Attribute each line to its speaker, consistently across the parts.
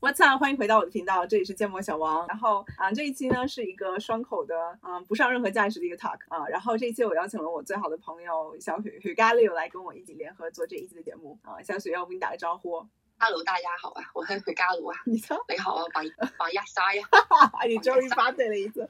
Speaker 1: What's up？欢迎回到我的频道，这里是芥末小王。然后啊、这一期呢是一个双口的，嗯、不上任何价值的一个 talk 啊、然后这一期我邀请了我最好的朋友小许许咖喱来跟我一起联合做这一期的节目啊、小许，要不你打个招呼？
Speaker 2: Hello，大家好啊，我係許家佬啊，
Speaker 1: 你 瞧，
Speaker 2: 你好啊，白白一晒 啊，
Speaker 1: 你终于发对了一次。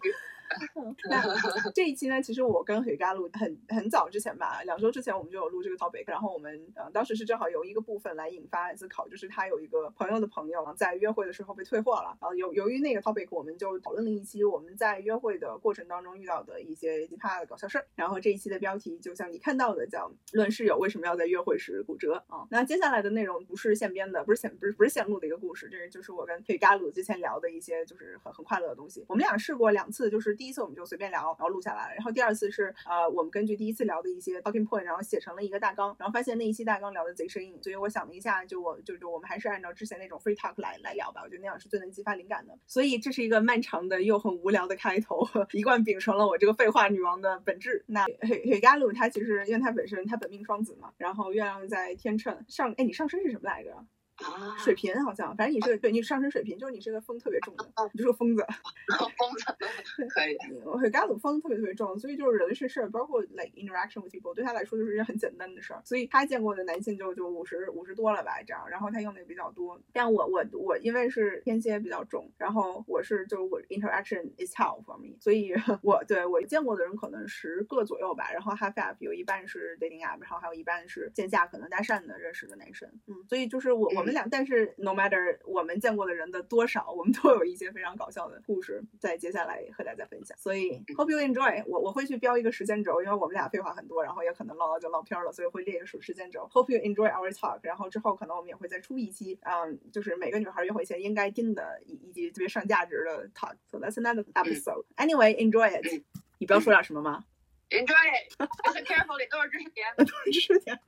Speaker 1: 那这一期呢，其实我跟黑嘎录很很早之前吧，两周之前我们就有录这个 topic，然后我们呃当时是正好由一个部分来引发思考，就是他有一个朋友的朋友在约会的时候被退货了，然后由由于那个 topic，我们就讨论了一期我们在约会的过程当中遇到的一些奇葩的搞笑事儿，然后这一期的标题就像你看到的叫“论室友为什么要在约会时骨折”啊、那接下来的内容不是现编的，不是现不是不是现录的一个故事，这是就是我跟黑嘎鲁之前聊的一些就是很很快乐的东西，我们俩试过两次，就是第一次我们就随便聊，然后录下来了，然后第二次是呃我们根据第一次聊的一些 talking point，然后写成了一个大纲，然后发现那一期大纲聊的贼生硬，所以我想了一下，就我就就我们还是按照之前那种 free talk 来来聊吧，我觉得那样是最能激发灵感的。所以这是一个漫长的又很无聊的开头， 一贯秉承了我这个废话女王的本质。那黑黑嘎鲁他其实因为他本身他本命双子嘛，然后月亮在天秤上，哎你上升是什么来着？
Speaker 2: 啊，
Speaker 1: 水瓶好像，反正你是对你上升水瓶，就是你是个风特别重的，你就是个疯子。
Speaker 2: 風筝 可以，
Speaker 1: 我很干鲁风特别特别重，所以就是人事事儿，包括 like interaction with people，对他来说就是一件很简单的事儿。所以他见过的男性就就五十五十多了吧，这样，然后他用的也比较多。但我我我因为是天蝎比较重，然后我是就是我 interaction is hell for me，所以 我对我见过的人可能十个左右吧，然后 half app 有一半是 dating app，然后还有一半是线下可能搭讪的认识的男生。嗯，所以就是我我们俩，但是 no matter 我们见过的人的多少，我们都有一些非常搞笑的故事，在接下来和大家分享。所以 hope you enjoy 我。我会去标一个时间轴，因为我们俩废话很多，然后也可能唠唠就唠偏了，所以会列一个时时间轴。Hope you enjoy our talk。然后之后可能我们也会再出一期，嗯，就是每个女孩约会前应该听的以以及特别上价值的 talk。So that's another episode. Anyway, enjoy it. 你不要说点什么吗？
Speaker 2: ，enjoy it，be careful，里都是知识点。
Speaker 1: 是的。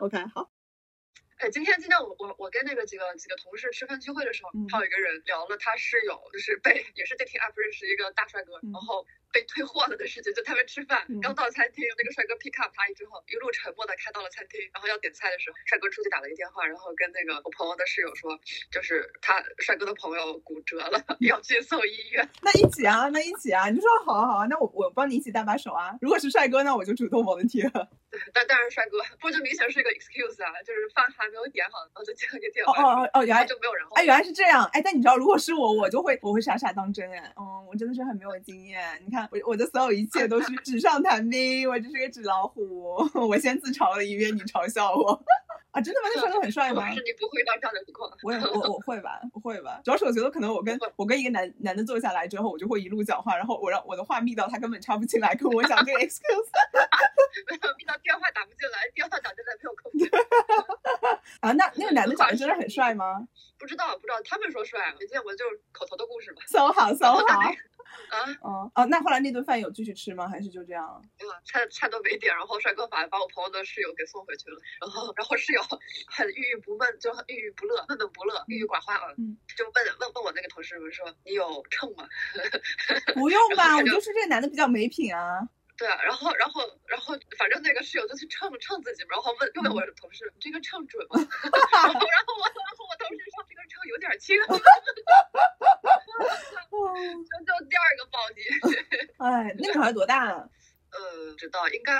Speaker 1: OK，好。
Speaker 2: 哎，今天今天我我我跟那个几个几个同事吃饭聚会的时候
Speaker 1: 嗯，
Speaker 2: 还有一个人聊了他室友，就是被 也是 dating app 认识一个大帅哥，
Speaker 1: 嗯
Speaker 2: 然后被退货了的事情。就他们吃饭
Speaker 1: 嗯
Speaker 2: 刚到餐厅，那个帅哥 pick up 他之后，一路沉默的开到了餐厅，然后要点菜的时候，帅哥出去打了一电话，然后跟那个我朋友的室友说，就是他帅哥的朋友骨折 了，要去送医院。
Speaker 1: 那一起啊，那一起啊，你就说好啊好啊，那我我帮你一起搭把手啊。如果是帅哥，那我就主动 volunteer。
Speaker 2: 但但是帅哥，不就明显是一个 excuse 啊，就是饭还没有点好，然后就这样给点
Speaker 1: 哦
Speaker 2: 完，
Speaker 1: 哦哦哦，原
Speaker 2: 然后
Speaker 1: 来
Speaker 2: 就没有然后。
Speaker 1: 哎，原来是这样。哎，但你知道，如果是我，我就会我会傻傻当真。哎，嗯，我真的是很没有经验。你看，我我的所有一切都是纸上谈兵，我只是个纸老虎。 我先自嘲了一遍，你嘲笑我 啊？真的吗？那帅哥很帅
Speaker 2: 我
Speaker 1: 吗
Speaker 2: 还？是你不会到这样的情况。
Speaker 1: 我也我我会吧，我会吧。主要是我觉得可能我跟我跟一个男男的坐下来之后，我就会一路讲话，然后我让我的话密到他根本插不进来，跟我讲这个 excuse。
Speaker 2: 没有，密到电话打不进来，电话打进来没有空。
Speaker 1: 啊，那那个男的长得真的很帅吗？
Speaker 2: 不知道，不知道，他们说帅，没见过就是口头的故事嘛。
Speaker 1: 搜好搜好。
Speaker 2: 啊，
Speaker 1: 哦哦，那后来那顿饭有继续吃吗？还是就这样？
Speaker 2: 没有嗯菜菜都没点，然后帅哥把把我朋友的室友给送回去了，然后然后室友很郁郁不闷，就很郁郁不乐，闷闷不乐，郁郁寡欢啊，
Speaker 1: 嗯
Speaker 2: 就问问问我那个同事们说，你有秤吗？
Speaker 1: 不用吧，
Speaker 2: 然后
Speaker 1: 我
Speaker 2: 他就
Speaker 1: 就是这个男的比较没品啊。
Speaker 2: 对啊，然后然后然后反正那个室友就去称称自己嘛，然后问又问我同事，你这个秤准吗？ 然后然后我然后我同事说这个秤有点轻， 就就第二个暴击。
Speaker 1: 哦哎，那女孩多大啊？
Speaker 2: 呃，不知道应该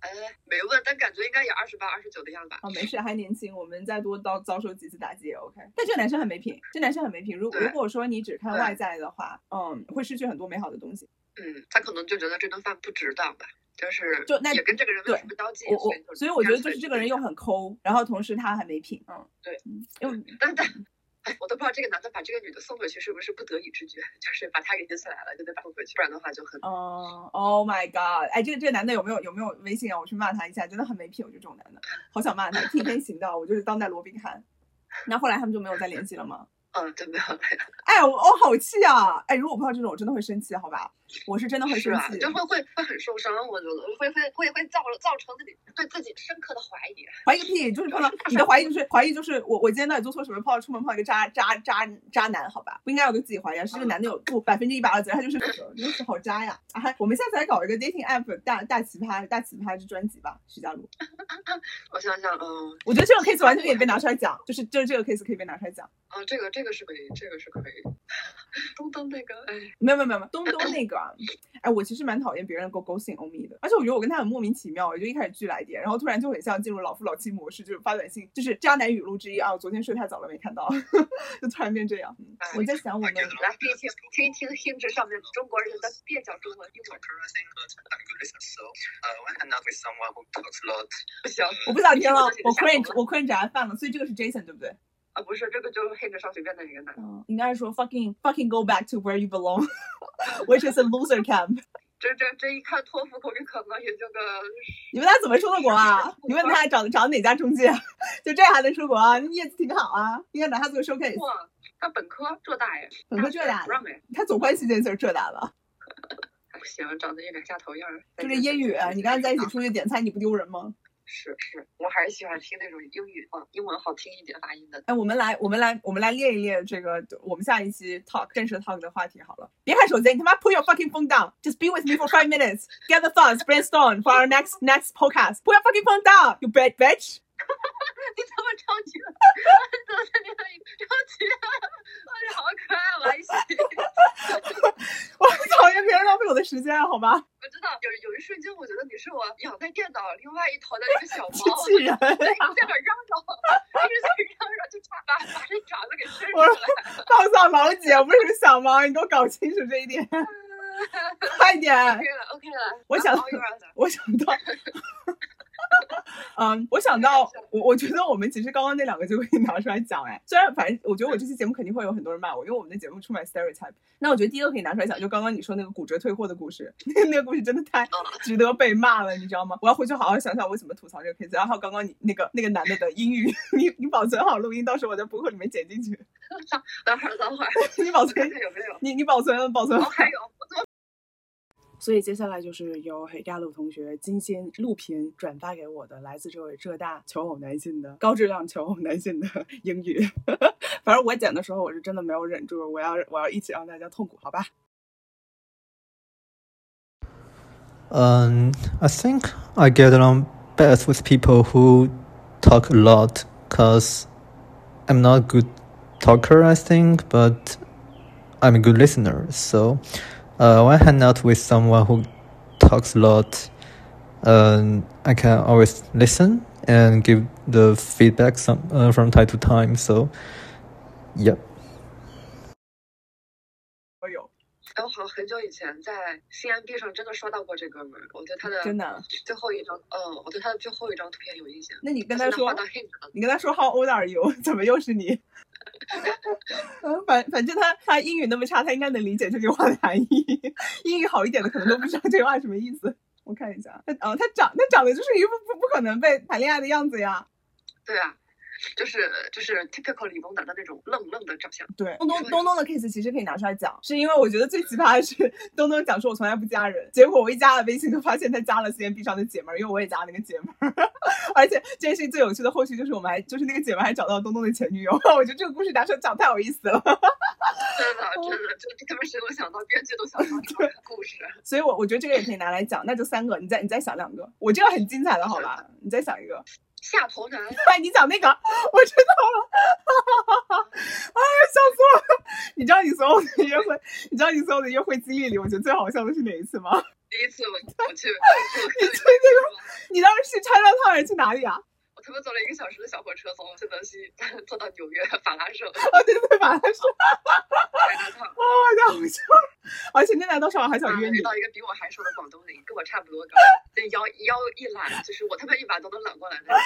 Speaker 2: 哎没问，但感觉应该也二十八二十九的样子吧。
Speaker 1: 哦，没事，还年轻，我们再多遭遭受几次打击也 OK。但这个男生很没品，这男生很没品。如
Speaker 2: 对
Speaker 1: 如果说你只看外在的话，嗯，会失去很多美好的东西。
Speaker 2: 嗯，他可能就觉得这顿饭不值当吧，就是
Speaker 1: 就那
Speaker 2: 也跟这个人没
Speaker 1: 对
Speaker 2: 什么交际，
Speaker 1: 我我所以我觉得就是这个人又
Speaker 2: 又
Speaker 1: 很抠，然后同时他还没品。嗯，
Speaker 2: 对
Speaker 1: 嗯，又
Speaker 2: 但但。哎，我都不知道这个男的把这个女的送回去是不是不得已之举， 就是把她给引起来了，就得把她送回去，不然的话就很
Speaker 1: 哦、o h my god！哎，这个这个男的有没有有没有微信啊？我去骂他一下，真的很没品。我觉得这种男的，好想骂他，替天行道，我就是当代罗宾汉。那后来他们就没有再联系了吗？
Speaker 2: 嗯，就没有了。
Speaker 1: 哦哎，我我好气啊！哎，如果碰到这种，我真的会生气，好吧？我是真的会
Speaker 2: 是
Speaker 1: 生
Speaker 2: 啊，
Speaker 1: 气。
Speaker 2: 就会会会很受伤，我觉得会会会会造造成自己对自己深刻的怀疑。
Speaker 1: 怀疑个屁！就是碰到你的怀疑就是怀疑就是我我今天到底做错什么？碰到出门碰到一个渣渣渣渣男，好吧，不应该有对自己怀疑啊。是这个男的有不百分之一百二责任，他就是呃真是好渣呀！啊，我们下次来搞一个 dating app 大大奇葩大奇葩之专辑吧，徐佳璐。
Speaker 2: 我想想，嗯
Speaker 1: 我觉得这种 case 完全可以被拿出来讲，就是就是这个 case 可以被拿出来讲。
Speaker 2: 啊，这个这个是可以，这个是可以。东东那个，哎，
Speaker 1: 没有没有没有，没有东东那个啊，哎，我其实蛮讨厌别人勾勾引欧米的，而且我觉得我跟他很莫名其妙，我就一开始巨来电，然后突然就很像进入老夫老妻模式，就是发短信，就是渣男语录之一啊。我昨天睡太早了没看到， 就突然变这样。嗯我在想我们
Speaker 2: 来听一听听一听 Hinge 上面中国人的蹩脚中文英文。
Speaker 3: Interesting, but I'm good with it. So uh, when I'm not with someone who talks a lot,
Speaker 2: 不行
Speaker 1: 我不想听了
Speaker 2: 我就，
Speaker 1: 我
Speaker 2: 吓到
Speaker 1: cringe，我 cringe 癌犯了，所以这个是 Jason 对不对？
Speaker 2: 啊，不是这个就是 Hinge 上随便的一个男的，
Speaker 1: 嗯，应该是说 fucking fucking go back to where you belong，which is a loser camp。
Speaker 2: 这这这一看托福口语可能也就 个
Speaker 1: 你问他怎么出的国啊？你问他找找哪家中介？啊 就这样还能出国啊？叶子挺好啊，应该拿他做 showcase。
Speaker 2: 哇，他本科浙大哎，
Speaker 1: 本科浙大
Speaker 2: 不让哎，哎
Speaker 1: 他总关系这事儿浙大吧？
Speaker 2: 不行，长得一脸下头样儿。啊
Speaker 1: 就这英语，啊你刚才在一起出去点菜，你不丢人吗？
Speaker 2: 是是，我还是喜欢听那种英语，嗯，英文好听一点发音的。
Speaker 1: 哎，我们来，我们来，我们来列一列这个我们下一期 talk 正式 talk 的话题好了。别看手机，你他妈 put your fucking phone down, just be with me for five minutes, get the thoughts, brainstorm for our next next podcast. Put your fucking phone down, you bad bitch.
Speaker 2: 你怎么着急了？怎么你很着急了？哎呀，好可爱，我还喜。
Speaker 1: 我讨厌别人浪费我的时间，啊好吗？
Speaker 2: 我知道有有一瞬间，我觉得你是我养在电脑另外一头的一个小
Speaker 1: 机
Speaker 2: 猫，
Speaker 1: 器人。
Speaker 2: 一直在那嚷嚷，一直在那嚷嚷，就差把把这爪子给伸出
Speaker 1: 我
Speaker 2: 来。
Speaker 1: 放上老姐，我不是小猫，你给我搞清楚这一点，快点
Speaker 2: OK。了，OK 了，
Speaker 1: 我想
Speaker 2: 好有点
Speaker 1: 我想到， 嗯，我想到，我我觉得我们其实刚刚那两个就可以拿出来讲，哎，虽然反正我觉得我这期节目肯定会有很多人骂我，因为我们的节目充满 stereotype。那我觉得第一个可以拿出来讲，就刚刚你说那个骨折退货的故事， 那个故事真的太值得被骂了，你知道吗？我要回去好好想想我怎么吐槽这个 case。然后刚刚你那个那个男的的英语，你你保存好录音，到时候我在博客里面剪进去，
Speaker 2: 等会儿，等会儿，
Speaker 1: 你保
Speaker 2: 我看
Speaker 1: 存
Speaker 2: 看有没有。
Speaker 1: 你你保存保存
Speaker 2: 哦，还有，我怎么
Speaker 1: 所以接下来就是由黑加鲁同学精心录屏转发给我的，来自这位浙大求偶男性的高质量求偶男性的 英语。反正我剪的时候，我是真的没有忍住，我要我要一起让大家痛苦，好吧？
Speaker 4: Um, I think I get along best with people who talk a lot because I'm not a good talker, I think, but I'm a good listener. So uh, when I hang out with someone who talks a lot, um, I can always listen and give the feedback some, uh, from time to time. So, yep.
Speaker 1: 我有，
Speaker 2: 哎，我好像很久以前在新 m b 上真的刷到过这哥们儿，我对他的
Speaker 1: 真的。
Speaker 2: 最后一张，嗯，我对他的最后一张图片有印象。
Speaker 1: 那你跟
Speaker 2: 他
Speaker 1: 他
Speaker 2: 现在
Speaker 1: 说
Speaker 2: 换，到 Hinge 了，
Speaker 1: 你跟他说 How old are you？怎么又是你？ 嗯反反正他他英语那么差，他应该能理解这句话的含义。 英语好一点的可能都不知道这句话什么意思。我看一下，他哦，他长他长得就是一副不不可能被谈恋爱的样子呀。
Speaker 2: 对啊，就是就是 typical 理工男的那种愣愣的长相。
Speaker 1: 对，东东
Speaker 2: 是的
Speaker 1: 东东的 case 其实可以拿出来讲，是因为我觉得最奇葩的是东东讲说我从来不加人，结果我一加了微信就发现他加了 CMB 上的姐们儿，因为我也加了那个姐们儿， 而且这件事情最有趣的后续就是我们还就是那个姐们儿还找到东东的前女友， 我觉得这个故事拿出来讲太有意思了，
Speaker 2: 真的，真的，这这他们谁能想到，编剧都想到这种故事。
Speaker 1: 所以我我觉得这个也可以拿来讲，那就三个，你再你再想两个，我这个很精彩的好吧，你再想一个，
Speaker 2: 下头男，
Speaker 1: 哎，你讲那个，我知道了， 啊，笑死我了！ 你知道你所有的约会，你知道你所有的约会经历里，我觉得最好笑的是哪一次吗？
Speaker 2: 第一次我我 去，
Speaker 1: 你
Speaker 2: 我
Speaker 1: 去
Speaker 2: 去，
Speaker 1: 你当时去拆穿他人去哪里啊？
Speaker 2: 我他妈坐了一个小时的小火车从新泽西坐到纽约法拉盛
Speaker 1: 哦，对对，把他说，
Speaker 2: 海 南烫，
Speaker 1: 哦，太好笑了！而且那男的上海还想约
Speaker 2: 啊遇
Speaker 1: 你，
Speaker 2: 到一个比我还瘦的广东人，跟我差不多 高，那腰腰一揽，就是我他妈一把都能揽过来的。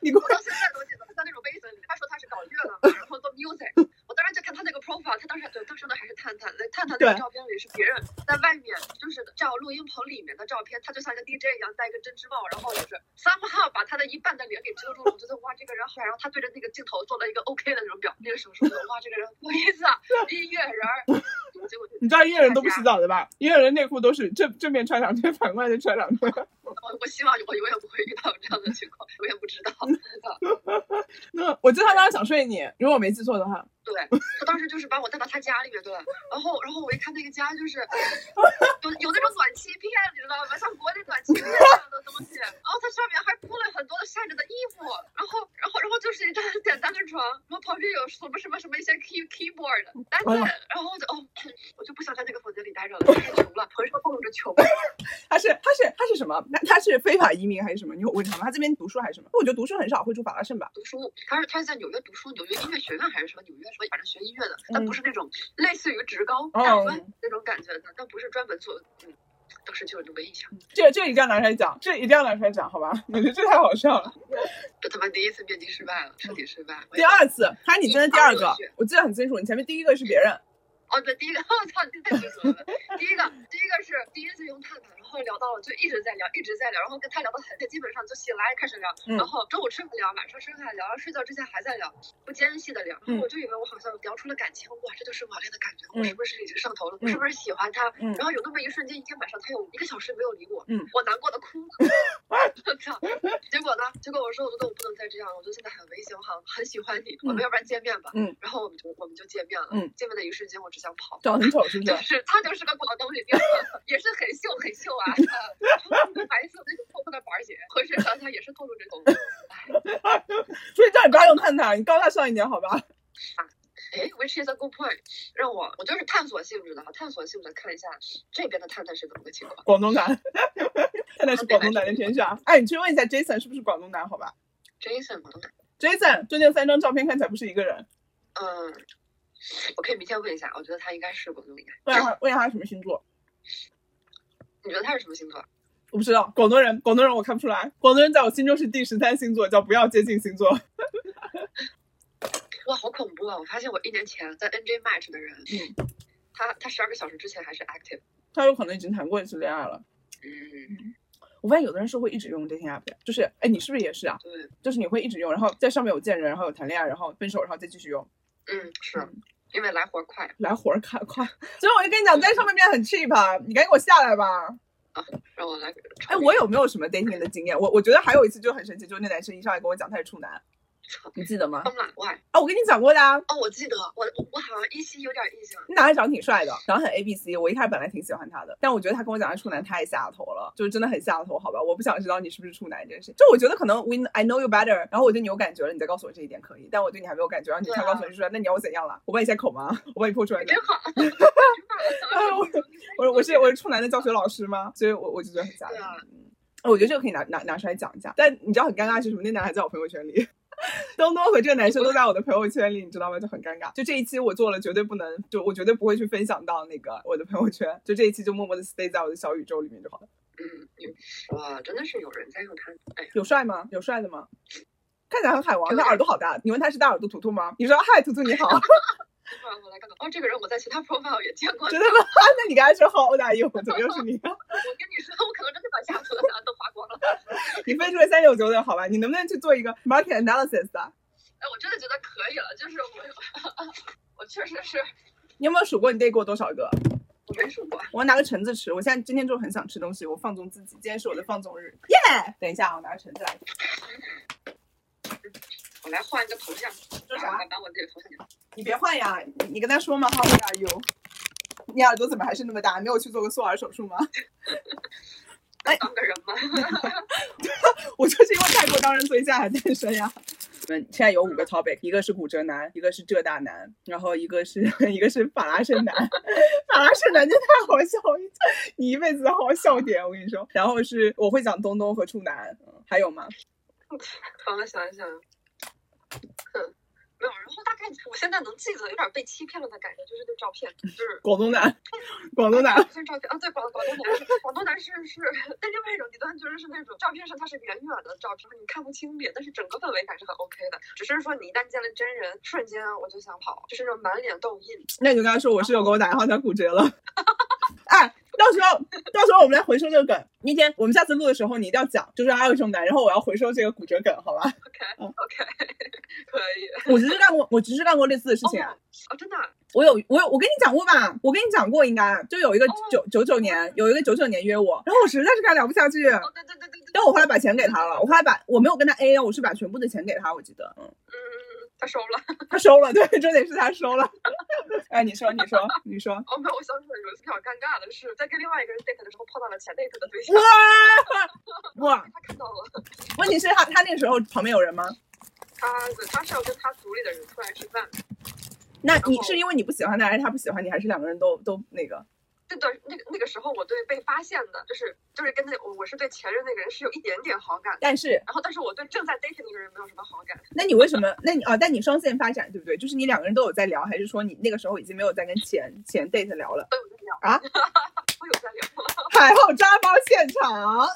Speaker 1: 你给我
Speaker 2: 我到现在都记得他在那种微信里，他说他是搞乐的嘛，然后做 music。我当时就看他那个 profile，他当时对当时呢还是探探，那探探那
Speaker 1: 对
Speaker 2: 个照片里是别人在外面就是照录音棚里面的照片，他就像一个 DJ 一样戴一个针织帽，然后就是 somehow 把他的一半的脸给遮住了。我觉得哇，这个人好，然后他对着那个镜头做了一个 OK 的那种表那个手势，我觉得哇，这个人不好意思啊，音乐人儿。哇，结果
Speaker 1: 你知道，越人都不洗
Speaker 2: 大家。
Speaker 1: 澡的吧？越人内裤都是正正面穿两圈， 反过来再穿两圈。
Speaker 2: 我我希望我永远不会遇到这样的情况，永远不知道。
Speaker 1: 那我记得他当时想睡你，如果我没记错的话。
Speaker 2: 对他当时就是把我带到他家里面，对，然后然后我一看那个家就是有有那种暖气片，你知道吗？像国内暖气片一样的东西，然后它上面还铺了很多的晒着的衣服，然后然后然后就是一张简单的床，然后旁边有什么什么什么一些 key keyboard，但是
Speaker 1: 哎呀
Speaker 2: 然后我就哦， 我就不想在那个房间里待着了，太穷了，浑身蹦着穷。
Speaker 1: 他是他是他是什么？那他是非法移民还是什么？你有问他吗？他这边读书还是什么？我觉得读书很少会住法拉盛吧。
Speaker 2: 读书，他是他是在纽约读书，纽约音乐学院还是什么纽约什么，反正学音乐的，但不是那种类似于职高
Speaker 1: 嗯哦
Speaker 2: 大专那种感觉的，但不是专门做，嗯，当时就有那么印象。
Speaker 1: 这这一定要拿出来讲，这一定要拿出来讲，好吧？ 我觉得这太好笑了。
Speaker 2: 这他妈第一次面基失败了，彻底失败。
Speaker 1: 第二次，他你真的第二个
Speaker 2: 我去，
Speaker 1: 我记得很清楚。你前面第一个是别人，
Speaker 2: 哦，对，第一个， 我操，你太清楚了。第一个，第一个是第一次用探探，然后聊到了，就一直在聊，一直在聊，然后跟他聊到很累，基本上就醒来开始聊，
Speaker 1: 嗯
Speaker 2: 然后中午吃饭聊，晚上吃饭聊，然后睡觉之前还在聊，不间隙的聊。然后我就以为我好像聊出了感情，哇，这就是网恋的感觉，我
Speaker 1: 嗯
Speaker 2: 是不是已经上头了？
Speaker 1: 嗯
Speaker 2: 我是不是喜欢他？
Speaker 1: 嗯
Speaker 2: 然后有那么一瞬间，一天晚上他有一个小时没有理我，
Speaker 1: 嗯
Speaker 2: 我难过的哭了。 我操！结果呢？结果我说，我觉得我不能再这样了，我觉得现在很危险，我好像很喜欢你，我们要不然见面吧。
Speaker 1: 嗯，
Speaker 2: 然后我们就我们就见面了。
Speaker 1: 嗯，
Speaker 2: 见面的一瞬间，我只想跑。
Speaker 1: 长得很丑，是不？
Speaker 2: 就是是他就是个广东女丁， 也是很秀很秀啊，呃白色那个破破的板儿鞋，浑身上下也是透露着种。
Speaker 1: 所以叫你不要用探探，你高大上一点，好吧？
Speaker 2: 哎，which is a good point，让我我就是探索性质的啊，探索性质的看一下这边的探探是怎么个情况。
Speaker 1: 广东男，探探是广东男的天下。哎，你去问一下 Jason 是不是广东男，好吧
Speaker 2: Jason 广东男，
Speaker 1: ？Jason 中间三张照片看起来不是一个人，
Speaker 2: 嗯，我可以明天问一下，我觉得他应该是广东应该。
Speaker 1: 问下他问下他什么星座？
Speaker 2: 你觉得他是什么星座？啊
Speaker 1: 我不知道，广东人，广东人我看不出来，广东人在我心中是第十三星座，叫不要接近星座。
Speaker 2: 哇，好恐怖啊！我发现我一年前在 NJ match 的人，
Speaker 1: 嗯，
Speaker 2: 他他十二个小时之前还是 active，
Speaker 1: 他有可能已经谈过一次恋爱了。
Speaker 2: 嗯，
Speaker 1: 我发现有的人是会一直用 dating app 的，就是哎，你是不是也是啊？
Speaker 2: 对，
Speaker 1: 就是你会一直用，然后在上面有见人，然后有谈恋爱，然后分手，然后再继续用，
Speaker 2: 嗯，是因为来活儿快。
Speaker 1: 来活儿快快。所以我就跟你讲，在上面变得很 cheap，啊，你赶紧给我下来吧。
Speaker 2: 让我来个。
Speaker 1: 哎，我有没有什么 dating 的经验？我我觉得还有一次就很神奇，就是那男生一上来跟我讲他是处男，你记得吗？
Speaker 2: 疯了，why？
Speaker 1: 啊，我跟你讲过的啊，
Speaker 2: 哦，我记得，我我我好像依稀有点印象。
Speaker 1: 那男孩长得挺帅的，长得很 A B C。我一开始本来挺喜欢他的，但我觉得他跟我讲的处男太下头了，就是真的很下头，好吧？我不想知道你是不是处男这件事。情。就我觉得可能 we I know you better，然后我对你有感觉了，你再告诉我这一点可以，但我对你还没有感觉，然后你突然
Speaker 2: 对啊
Speaker 1: 告诉我就说，那你要我怎样了？我把你先口吗？我把你剖出来
Speaker 2: 你
Speaker 1: 的
Speaker 2: 真。好，真好。
Speaker 1: 我我是我是处男的教学老师吗？所以我我就觉得很下头。
Speaker 2: 对啊
Speaker 1: 嗯哎我觉得这个可以拿拿拿出来讲一下，但你知道很尴尬是什么？那男孩在我朋友圈里， 东东和这个男生都在我的朋友圈里，你知道吗？就很尴尬。就这一期我做了，绝对不能，就我绝对不会去分享到那个我的朋友圈。就这一期就默默的 stay 在我的小宇宙里面就好了。
Speaker 2: 嗯，哇，真的是有人在用它。哎呀，
Speaker 1: 有帅吗？有帅的吗？看起来很海王，
Speaker 2: 有
Speaker 1: 他
Speaker 2: 点
Speaker 1: 耳朵好大。你问他是大耳朵图图吗？你说嗨，图图你好，
Speaker 2: 让我来看看。哦，这个人我在其他 profile 也见过。
Speaker 1: 真的吗？ 那你刚才说 How old are you？怎么又是你？
Speaker 2: 我跟你说，我可能真的把下图的答案都划光了。
Speaker 1: 你分出了三六九等好吧？你能不能去做一个 market analysis 啊？
Speaker 2: 哎，我真的觉得可以了，就是我， 我确实是
Speaker 1: 你有没有数过你 date 过多少个？
Speaker 2: 我没数过。
Speaker 1: 我要拿个橙子吃，我现在今天就很想吃东西，我放纵自己，今天是我的放纵日，耶、等一下啊，我拿个橙子来。
Speaker 2: 我来换一个头像，
Speaker 1: 这啥
Speaker 2: 我来把我自己的头像。
Speaker 1: 你别换呀，你你跟他说嘛，How old are you？你耳朵怎么还是那么大？没有去做个缩耳手术吗？
Speaker 2: 当个人 吗？
Speaker 1: 我就是因为太过当人，所以现在还单身呀。嗯，现在有五个 topic，一个是骨折男，一个是浙大男，然后一个是 一个是法拉盛男， 法拉盛男真太好笑了，你一辈子的好笑点，我跟你说。然后是我会讲东东和处男，嗯还有吗？
Speaker 2: 好，我想一想，哼。没有，然后大概我现在能记得有点被欺骗了的感觉，就是那照片，就是
Speaker 1: 广东男，广东 男，
Speaker 2: 是照片啊，对，广广东男是广东男是是，但另外一种极端就是是那种照片上他是远远的照片，你看不清脸，但是整个氛围感是很 OK 的。只是说你一旦见了真人，瞬间我就想跑，就是那种满脸痘印。
Speaker 1: 那你就跟他说我室友给我打电话，他骨折了。 哎，到时候到时候我们来回收这个梗。那天我们下次录的时候，你一定要讲，就是还有一种男，然后我要回收这个骨折梗，好吧？
Speaker 2: OK OK，可以。
Speaker 1: 我只是干过，我只是干过类似的事情。
Speaker 2: 哦，真的啊，
Speaker 1: 我有我有我跟你讲过吧，我跟你讲过应该啊就有一个
Speaker 2: 哦
Speaker 1: 九九九年有一个九九年约我，然后我实在是跟他聊不下去，
Speaker 2: 哦，对对对对对，
Speaker 1: 但我后来把钱给他了，我后来把我没有跟他 A，我是把全部的钱给他，我记得，嗯，
Speaker 2: 嗯嗯嗯， 他收了。
Speaker 1: 他收了，对，重点是他收了。 哎，你说，你说，你说，
Speaker 2: 哦，没有，我想起来有一次比较尴尬的是，在跟另外一个人 date 的时候碰到了前 date 的对象，
Speaker 1: 哇 哇！
Speaker 2: 他看到了，
Speaker 1: 问题是他他那个时候旁边有人吗？
Speaker 2: 他他是要跟他组里的人出来吃饭。
Speaker 1: 那你
Speaker 2: 然后
Speaker 1: 是因为你不喜欢他，还是他不喜欢你，还是两个人都都那个？
Speaker 2: 那段那个那个时候，我对被发现的，就是就是跟那我我是对前任那个人是有一点点好感的，
Speaker 1: 但是，
Speaker 2: 然后但是我对正在 date 那个人没有什么好感。
Speaker 1: 那你为什么？那你哦，但你双线发展对不对？就是你两个人都有在聊，还是说你那个时候已经没有在跟前前 date 聊了？
Speaker 2: 都有在聊
Speaker 1: 啊，
Speaker 2: 我有在聊
Speaker 1: 海后抓包现场，
Speaker 2: 啊，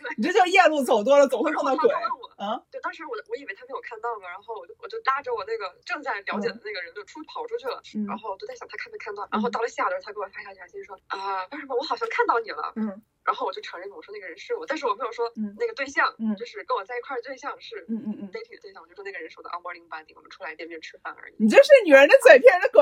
Speaker 2: 对。
Speaker 1: 你这就是夜路走多了，总会碰到鬼
Speaker 2: 然后他问我
Speaker 1: 啊！
Speaker 2: 对，当时我我以为他没有看到嘛，然后我就我就拉着我那个正在了解的那个人就出跑出去了，
Speaker 1: 嗯
Speaker 2: 然后我就在想他看没看到，然后到了下轮他给我发消息，信说啊，为什么我好像看到你了？
Speaker 1: 嗯
Speaker 2: 然后我就承认了，我说那个人是我，但是我没有说
Speaker 1: 嗯
Speaker 2: 那个对象，
Speaker 1: 嗯
Speaker 2: 就是跟我在一块儿的对象是
Speaker 1: 嗯嗯嗯，
Speaker 2: dating 的对象，我就说那个人是我的 onboarding buddy，我们出来见面吃饭而已。
Speaker 1: 你这是女人的嘴骗着鬼。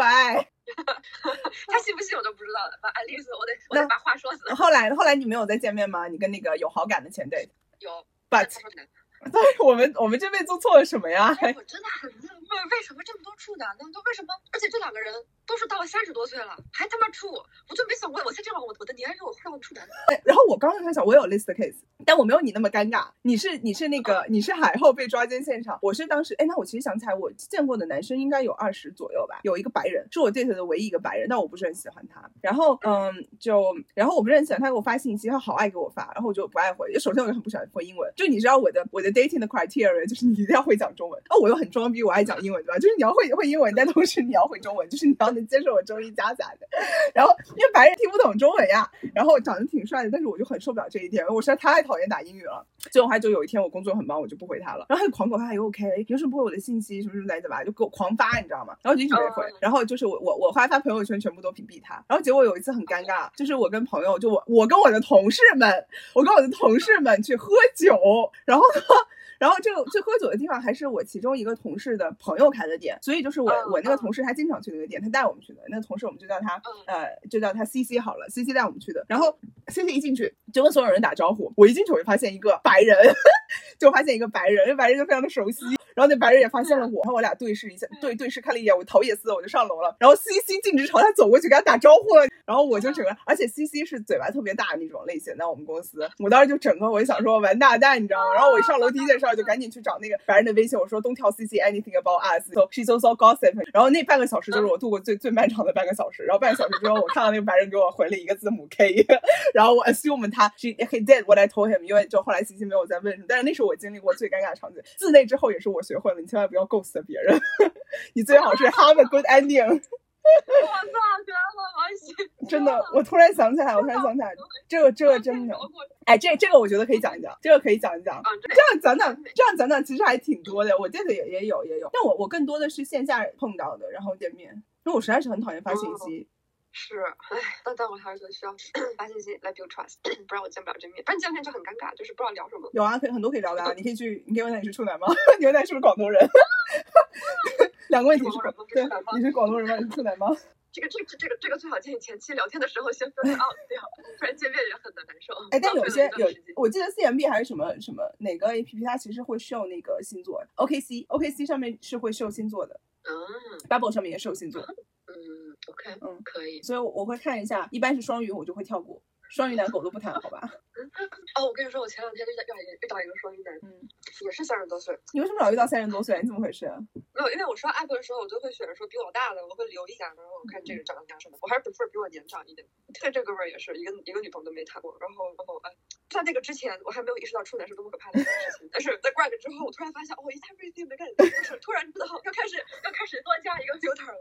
Speaker 2: 他信不信我就不知道了，反正 at least 我得我得
Speaker 1: 那
Speaker 2: 把话说死。
Speaker 1: 后来后来你们有再见面吗？你跟那个有好感的前 date？
Speaker 2: 有，
Speaker 1: But-
Speaker 2: 他说男的，
Speaker 1: 对我们我们这边做错了什么呀？
Speaker 2: 哎我真的很纳闷，为什么这么多处男呢？就为什么？而且这两个人都是到了三十多岁了，还他妈处，我就没想过，我才这样，我我的年龄我会让处男。
Speaker 1: 然后我刚刚开始，我有类似的 case，但我没有你那么尴尬。你是你是那个你是海后被抓奸现场，我是当时哎，那我其实想起来，我见过的男生应该有二十左右吧，有一个白人是我 date 的唯一一个白人，但我不是很喜欢他。然后嗯，就然后我不是很喜欢他给我发信息，他好爱给我发，然后我就不爱回。首先我就很不喜欢回英文，就你知道我的我的 dating 的 criteria 就是你一定要会讲中文，哦，我又很装逼，我爱讲英文对吧？就是你要会会英文，但同时你要会中文，就是你要能接受我中英夹杂的。然后因为白人听不懂中文呀，然后长得挺帅的，但是我就很受不了这一点，我实在太讨厌打英语了。最后他就有一天我工作很忙，我就不回他了，然后他就狂给我发 OK，平时不回我的信息什么什么来着吧，就给我狂发，你知道吗？然后我就一直没回
Speaker 2: 嗯，
Speaker 1: 然后就是我我我后来发朋友圈全部都屏蔽他，然后结果有一次很尴尬，就是我跟朋友就我我跟我的同事们，我跟我的同事们去喝酒，然后呢。然后这个这喝酒的地方还是我其中一个同事的朋友开的店，所以就是我
Speaker 2: 嗯
Speaker 1: 我那个
Speaker 2: 嗯
Speaker 1: 同事他经常去那个店，他带我们去的。那个同事我们就叫他
Speaker 2: 嗯，
Speaker 1: 呃，就叫他 C C 好了，C C 带我们去的。然后 C C 一进去就跟所有人打招呼，我一进去我就发现一个白人， 就发现一个白人，那白人就非常的熟悉。然后那白人也发现了我，然后我俩对视一下，对对视看了一眼，我头也丝，我就上楼了。然后 C C 径直朝他走过去，跟他打招呼了。然后我就整个，而且 C C 是嘴巴特别大的那种类型，在我们公司，我当时就整个我就想说完大蛋，你知道吗？然后我一上楼第一件事儿就赶紧去找那个白人的微信，我说 Don't tell C C anything about us，so she's also gossip。然后那半个小时就是我度过最最漫长的半个小时。然后半个小时之后，我看到那个白人给我回了一个字母 K，然 后我 assume 他 she he did what I told him，因为就后来信息没有再问什么，但是那是我经历过最尴尬的场景。自那之后也是我学会了，你千万不要 ghost 别人， 你最好是 have a good ending。
Speaker 2: 我操，绝了，王 鑫，
Speaker 1: 真的，我突然想起来，我突然想起来，这个这个真的
Speaker 2: 聊，啊过
Speaker 1: 哎，这这个我觉得可以讲一讲，这个可以讲一讲。
Speaker 2: 啊，这
Speaker 1: 这样讲讲，这样讲讲，其实还挺多的。我见的也也有也有，但我我更多的是线下碰到的，然后见面，因为我实在是很讨厌发信息。
Speaker 2: 是，唉，但但我还是觉得需要 发信息来 build trust，不然 我见不了真面，不然见面就很尴尬，就是不知道聊什么。
Speaker 1: 有啊，可以很多可以聊的啊，你可以去，你可以问他你是处男吗？ 你问他是不是广东人？ 两个问题是广
Speaker 2: 我是
Speaker 1: 对
Speaker 2: 处男吗，
Speaker 1: 你是广东人吗？你是处男 吗？
Speaker 2: 这个这个这个这个最好建议前期聊天的时候先 filter out 掉，不然见面也很难难受。
Speaker 1: 哎，但有
Speaker 2: 浪费
Speaker 1: 些
Speaker 2: 了一
Speaker 1: 有
Speaker 2: 段时间，
Speaker 1: 我记得 CMB 还是什么什么哪个 APP，它其实会秀那个星座，OKC OKC 上面是会秀星座的
Speaker 2: 嗯
Speaker 1: ，Bubble 上面也秀星座。
Speaker 2: 嗯，OK，
Speaker 1: 嗯
Speaker 2: 可以。
Speaker 1: 所以我我会看一下，一般是双鱼我就会跳过，双鱼男狗都不谈，好吧？
Speaker 2: 哦，我跟你说，我前两天遇到遇到一个双鱼男，
Speaker 1: 嗯，
Speaker 2: 也是三十多岁。
Speaker 1: 你为什么老遇到三十多岁？你怎么回事？啊
Speaker 2: 没有，因为我刷 app 的时候，我就会选说比我大的，我会留一下，然后我看
Speaker 1: 嗯
Speaker 2: 这个长得像什么。我还是 prefer 比我年长一点。对这哥们儿也是一个一个女朋友都没谈过，然后然后哎，在那个之前我还没有意识到处男是多么可怕的一件事情，但是在 Greg 之后，我突然发现哦，is everything 没干，就是突然知道要开始要开始多加一个 filter 了。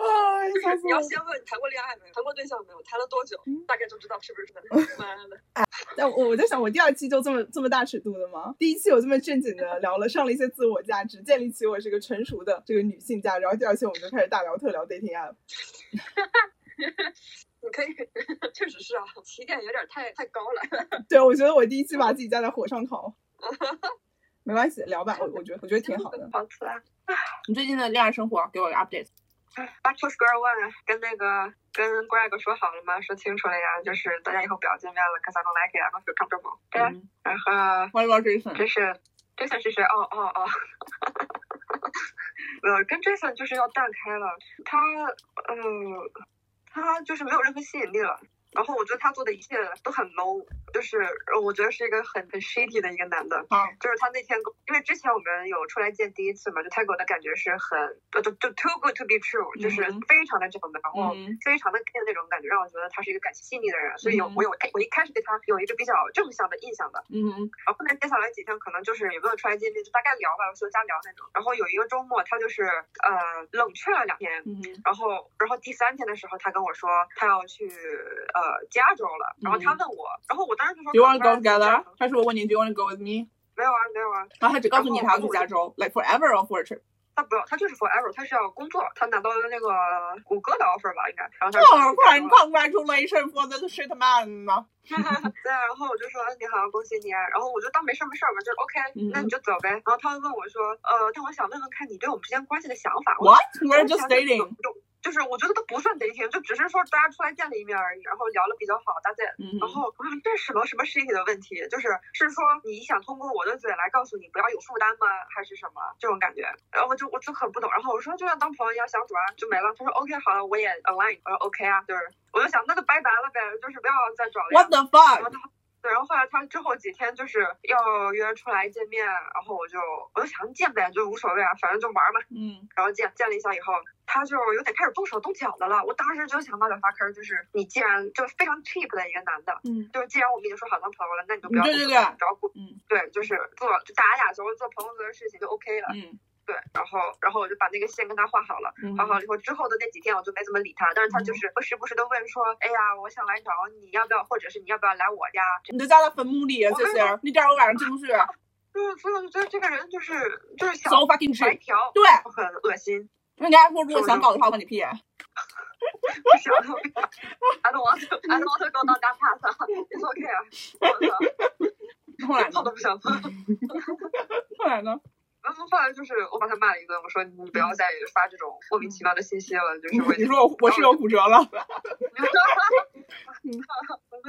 Speaker 1: 啊，
Speaker 2: 就是
Speaker 1: 笑死
Speaker 2: 你要
Speaker 1: 我！
Speaker 2: 先问你谈过恋爱没有，谈过对象没有，谈了多久
Speaker 1: 嗯，
Speaker 2: 大概就知道是不是处男。 妈的，
Speaker 1: 但我我在想，我第二期就这么这么大尺度的吗？第一期我这么正经的聊了，上了一些自我价值，建立起我是个成熟的这个女性价值，然后第二期我们就开始大聊特聊 dating app。
Speaker 2: 你可以， 确实是啊，起点有点太太高了。
Speaker 1: 对，我觉得我第一期把自己架在火上 烤。没关系，聊吧，我我觉得我觉得挺好的。
Speaker 2: 好吃啊。哎
Speaker 1: 你最近的恋爱生活给我个 update。
Speaker 2: Back to Square One，跟那个跟 Greg 说好了吗？说清楚了呀，就是大家以后不要见面了，cause I don't like it, I don't feel comfortable。对啊，然后
Speaker 1: 嗯 What about Jason？
Speaker 2: 这是 Jason 是谁？哦哦 哦，呃，跟 Jason 就是要淡开了，他嗯，他就是没有任何吸引力了。然后我觉得他做的一切都很 low，就是呃我觉得是一个很很 shitty 的一个男的。
Speaker 1: 啊，
Speaker 2: 就是他那天跟，因为之前我们有出来见第一次嘛，就他给我的感觉是很，呃，就就 too good to be true，就是
Speaker 1: 嗯
Speaker 2: 非常的正能然后
Speaker 1: 嗯
Speaker 2: 非常的 care 那种感觉，让我觉得他是一个感情细腻的人，啊所以有
Speaker 1: 嗯
Speaker 2: 我有我一开始对他有一个比较正向的印象的。
Speaker 1: 嗯
Speaker 2: 然后后面接下来几天可能就是也没有出来见面，就大概聊吧，私下聊那种。然后有一个周末，他就是呃冷却了两天，
Speaker 1: 嗯
Speaker 2: 然后，然后第三天的时候，他跟我说他要去呃加州了，然后他
Speaker 1: 嗯
Speaker 2: 问我，然后我当时就说
Speaker 1: ，Do you wanna go
Speaker 2: 干嘛
Speaker 1: together？
Speaker 2: 要去加州
Speaker 1: 他说我问你 Do you wanna go with me？
Speaker 2: 没有啊，没有啊，
Speaker 1: 然后他只告诉你他要去加州，like forever of work trip。
Speaker 2: 他不要，他就是 forever，他是要工作，他拿到了那个谷歌的 offer 吧，应该。然后他
Speaker 1: Oh,
Speaker 2: 说嗯
Speaker 1: congratulations for the shit man 呢？
Speaker 2: 对，然后我就说嗯你好，恭喜你啊。然后我就当没事儿没事儿嘛，就 OK，、
Speaker 1: 嗯
Speaker 2: 那你就走呗。然后他问我说，呃，但我想问问看你对我们之间关系的想法。我
Speaker 1: What?
Speaker 2: 我
Speaker 1: We're
Speaker 2: 想
Speaker 1: just
Speaker 2: 就
Speaker 1: dating.
Speaker 2: 就就是我觉得都不算 dating，就只是说大家出来见了一面而已，然后聊了比较好，大家
Speaker 1: 嗯
Speaker 2: 然后我想这是什么什么身体的问题？就是是说你想通过我的嘴来告诉你不要有负担吗？还是什么这种感觉？然后我就我就很不懂。然后我说就像当朋友一样相处啊，就没了。他说 OK 好了，我也 align。我说 OK 啊，就是我就想那就拜拜了呗，就是不要再找了
Speaker 1: What
Speaker 2: 呀。
Speaker 1: the
Speaker 2: 然后
Speaker 1: fuck？
Speaker 2: 他对，然后后来他之后几天就是要约出来见面，然后我就我就想见呗，就无所谓啊，反正就玩嘛。
Speaker 1: 嗯
Speaker 2: 然后见见了一下以后，他就有点开始动手动脚的了。我当时就想，马小发坑就是你既然就是非常 cheap 的一个男的，
Speaker 1: 嗯，
Speaker 2: 就是既然我们已经说好当朋友了，那你就不要
Speaker 1: 对对对
Speaker 2: 不要顾，
Speaker 1: 嗯
Speaker 2: 对，就是做就大家俩就是做朋友做的事情就 OK 了，
Speaker 1: 嗯
Speaker 2: 对。然后然后我就把那个线跟他画好了，
Speaker 1: 嗯
Speaker 2: 画好了以后之后的那几天我就没怎么理他，但是他就是会时不时的问说，哎呀，我想来找你，要不要，或者是你要不要来我家？
Speaker 1: 你就在他坟墓里啊，这些，你叫我晚上进不去
Speaker 2: 就是所以我就觉得这个人就是就是想
Speaker 1: ，so fucking
Speaker 2: 白
Speaker 1: shit。
Speaker 2: 嫖，
Speaker 1: 对，
Speaker 2: 很恶心。
Speaker 1: 人家说如果想搞的话，我管你屁啊眼。
Speaker 2: 不行 ，I don't want to, I don't want to go down that path. It's okay. 我
Speaker 1: 后来呢
Speaker 2: 操，我？都不想碰。
Speaker 1: 后来呢？
Speaker 2: 然后后来就是我把他骂了一顿，我说你不要再发这种莫名其妙的信息了，就是我已
Speaker 1: 你
Speaker 2: 经，
Speaker 1: 说我我是有骨折了。
Speaker 2: 我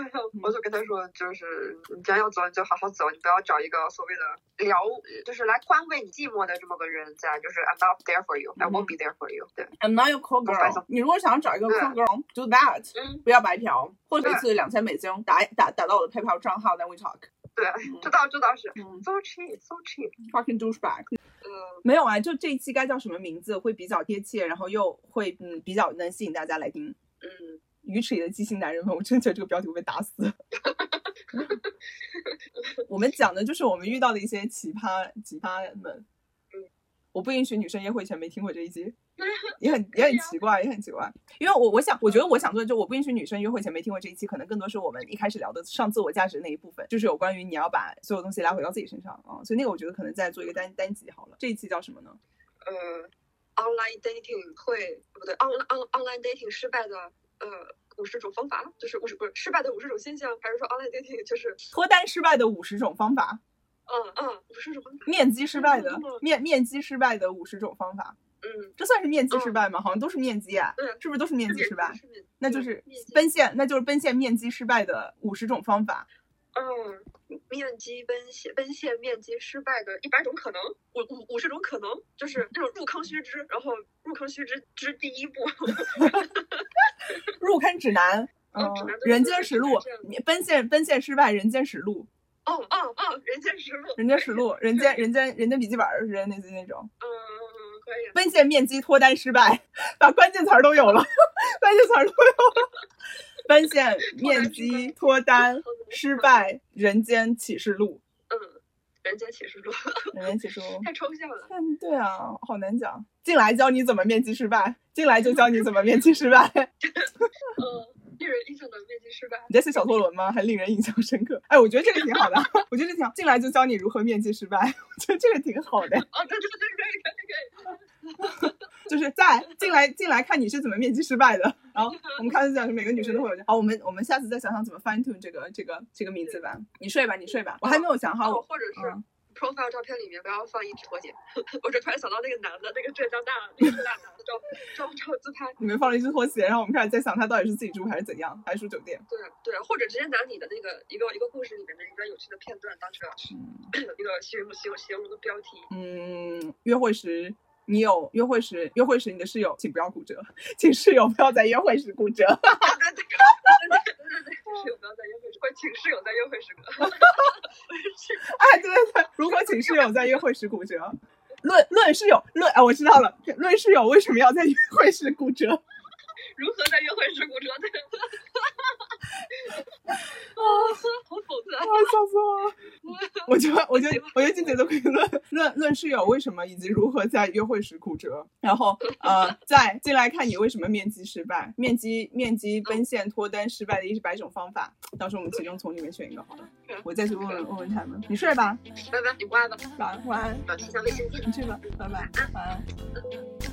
Speaker 2: 就跟他说，就是你既然要走，你就好好走，你不要找一个所谓的聊，就是来宽慰你寂寞的这么个人在，就是 I'm not there for you, I won't be there for you。对，
Speaker 1: I'm not your cool girl。你如果想要找一个 cool girl，do that，
Speaker 2: 嗯
Speaker 1: 不要白嫖，或者一次两千美金打打打到我的 PayPal 账号，then we talk。
Speaker 2: 对，这倒这倒是
Speaker 1: 嗯
Speaker 2: so cheap, so cheap。
Speaker 1: ，fucking douchebag。
Speaker 2: 嗯，
Speaker 1: 没有啊，就这一期该叫什么名字会比较贴切，然后又会嗯比较能吸引大家来听。
Speaker 2: 嗯，
Speaker 1: 愚蠢的畸形男人们，我真觉得这个标题会被打死。 我们讲的就是我们遇到的一些奇葩奇葩们
Speaker 2: 嗯。
Speaker 1: 我不允许女生约会前没听过这一集，也很也很奇怪，也很奇怪。因为我我想，我觉得我想做的就我不允许女生约会前没听过这一期，可能更多是我们一开始聊的上自我价值那一部分，就是有关于你要把所有东西拉回到自己身上啊、所以那个我觉得可能再做一个单单集好了。这一期叫什么呢？
Speaker 2: 呃，online dating 会不对，on on online dating 失败的呃五十种方法，就是五十不是失败的五十种现象，还是说 online dating 就是
Speaker 1: 脱单失败的五十种方法，
Speaker 2: 嗯嗯五十种方法？
Speaker 1: 面基失败的
Speaker 2: 嗯
Speaker 1: 面面基失败的五十种方法。
Speaker 2: 嗯，
Speaker 1: 这算是面基失
Speaker 2: 嗯
Speaker 1: 败吗？好像都是面基啊，
Speaker 2: 对
Speaker 1: 是不是都是面基
Speaker 2: 是
Speaker 1: 失败？
Speaker 2: 是面
Speaker 1: 那
Speaker 2: 对
Speaker 1: 就是
Speaker 2: 面积
Speaker 1: 奔现，那就是奔现面基失败的五十种方 法。
Speaker 2: 嗯，面积奔现奔现面积失败的一百种可能，五五五十种可能，就是那种入坑须知，然后入坑须知之第一步，
Speaker 1: 入坑指南，
Speaker 2: 哦
Speaker 1: 嗯
Speaker 2: 指南，对
Speaker 1: 人
Speaker 2: 对
Speaker 1: 间
Speaker 2: 对
Speaker 1: 实录
Speaker 2: 是这样，
Speaker 1: 你奔现奔现失败，人间实录，
Speaker 2: 哦哦哦，人间实录，
Speaker 1: 人 间实录，人间人间人间笔记本儿，人类那种
Speaker 2: 嗯嗯嗯，可以，
Speaker 1: 奔现面基脱单失败，把关键词儿都有了，关键词儿都有了。奔现面基脱单失败，人间启示录，
Speaker 2: 嗯，人间启示录
Speaker 1: 人间启示录。
Speaker 2: 太抽象了，
Speaker 1: 嗯，对啊，好难讲。进来教你怎么面基失败，进来就教你怎么面基失败。
Speaker 2: 嗯，令人印象的面积失败。
Speaker 1: 你在写小作文吗？还令人印象深刻。哎，我觉得这个挺好的， 我觉得这挺好。进来就教你如何面基失败， 我觉得这个挺好的。
Speaker 2: 哦，对对对，可以可以可以。
Speaker 1: 就是在进来进来看你是怎么面基失败的。然后我们开始讲，每个女生都会有这。好，我们我们下次再想想怎么 fine tune 这个这个这个名字吧。你睡吧，你睡吧，我还没有想好
Speaker 2: 哦，
Speaker 1: 我。
Speaker 2: 或者是
Speaker 1: 嗯
Speaker 2: profile 照片里面不要放一只拖鞋。我就突然想到那个男的，那个浙江大那个浙大男的照照照照自拍。
Speaker 1: 里面放了一只拖鞋，然后我们开始在想他到底是自己住还是怎样，还是住酒店。
Speaker 2: 对对，或者直接拿你的那个一个一个故事里面的一个有趣的片段当成 一个形容形容形容的标 题。
Speaker 1: 嗯，约会时你有约会时，约会时你的室友请不要骨折，请室友不要在约会时骨折。
Speaker 2: 对对对 对对对，室友不要在约会时，会请室友在约会时。
Speaker 1: 哎，对对对，如何请室友在约会时骨折？论论室友论，哎，我知道了，论室友为什么要在约会时骨折？
Speaker 2: 如何在约会时骨折？ 对，啊， 好讽刺
Speaker 1: 啊，
Speaker 2: 啊！
Speaker 1: 笑死我了！ 我就我就我就进解读评论论论室友为什么以及如何在约会时骨折，然后呃，再进来看你为什么面基失败，面基面基奔现脱单失败的一百种方法，到时候我们其中从里面选一个好了，我再去问问问问他们。你睡吧，
Speaker 2: 拜拜，你挂吧，
Speaker 1: 晚安晚安，
Speaker 2: 保持一下微信。
Speaker 1: 你去吧，拜拜，晚安。
Speaker 2: 嗯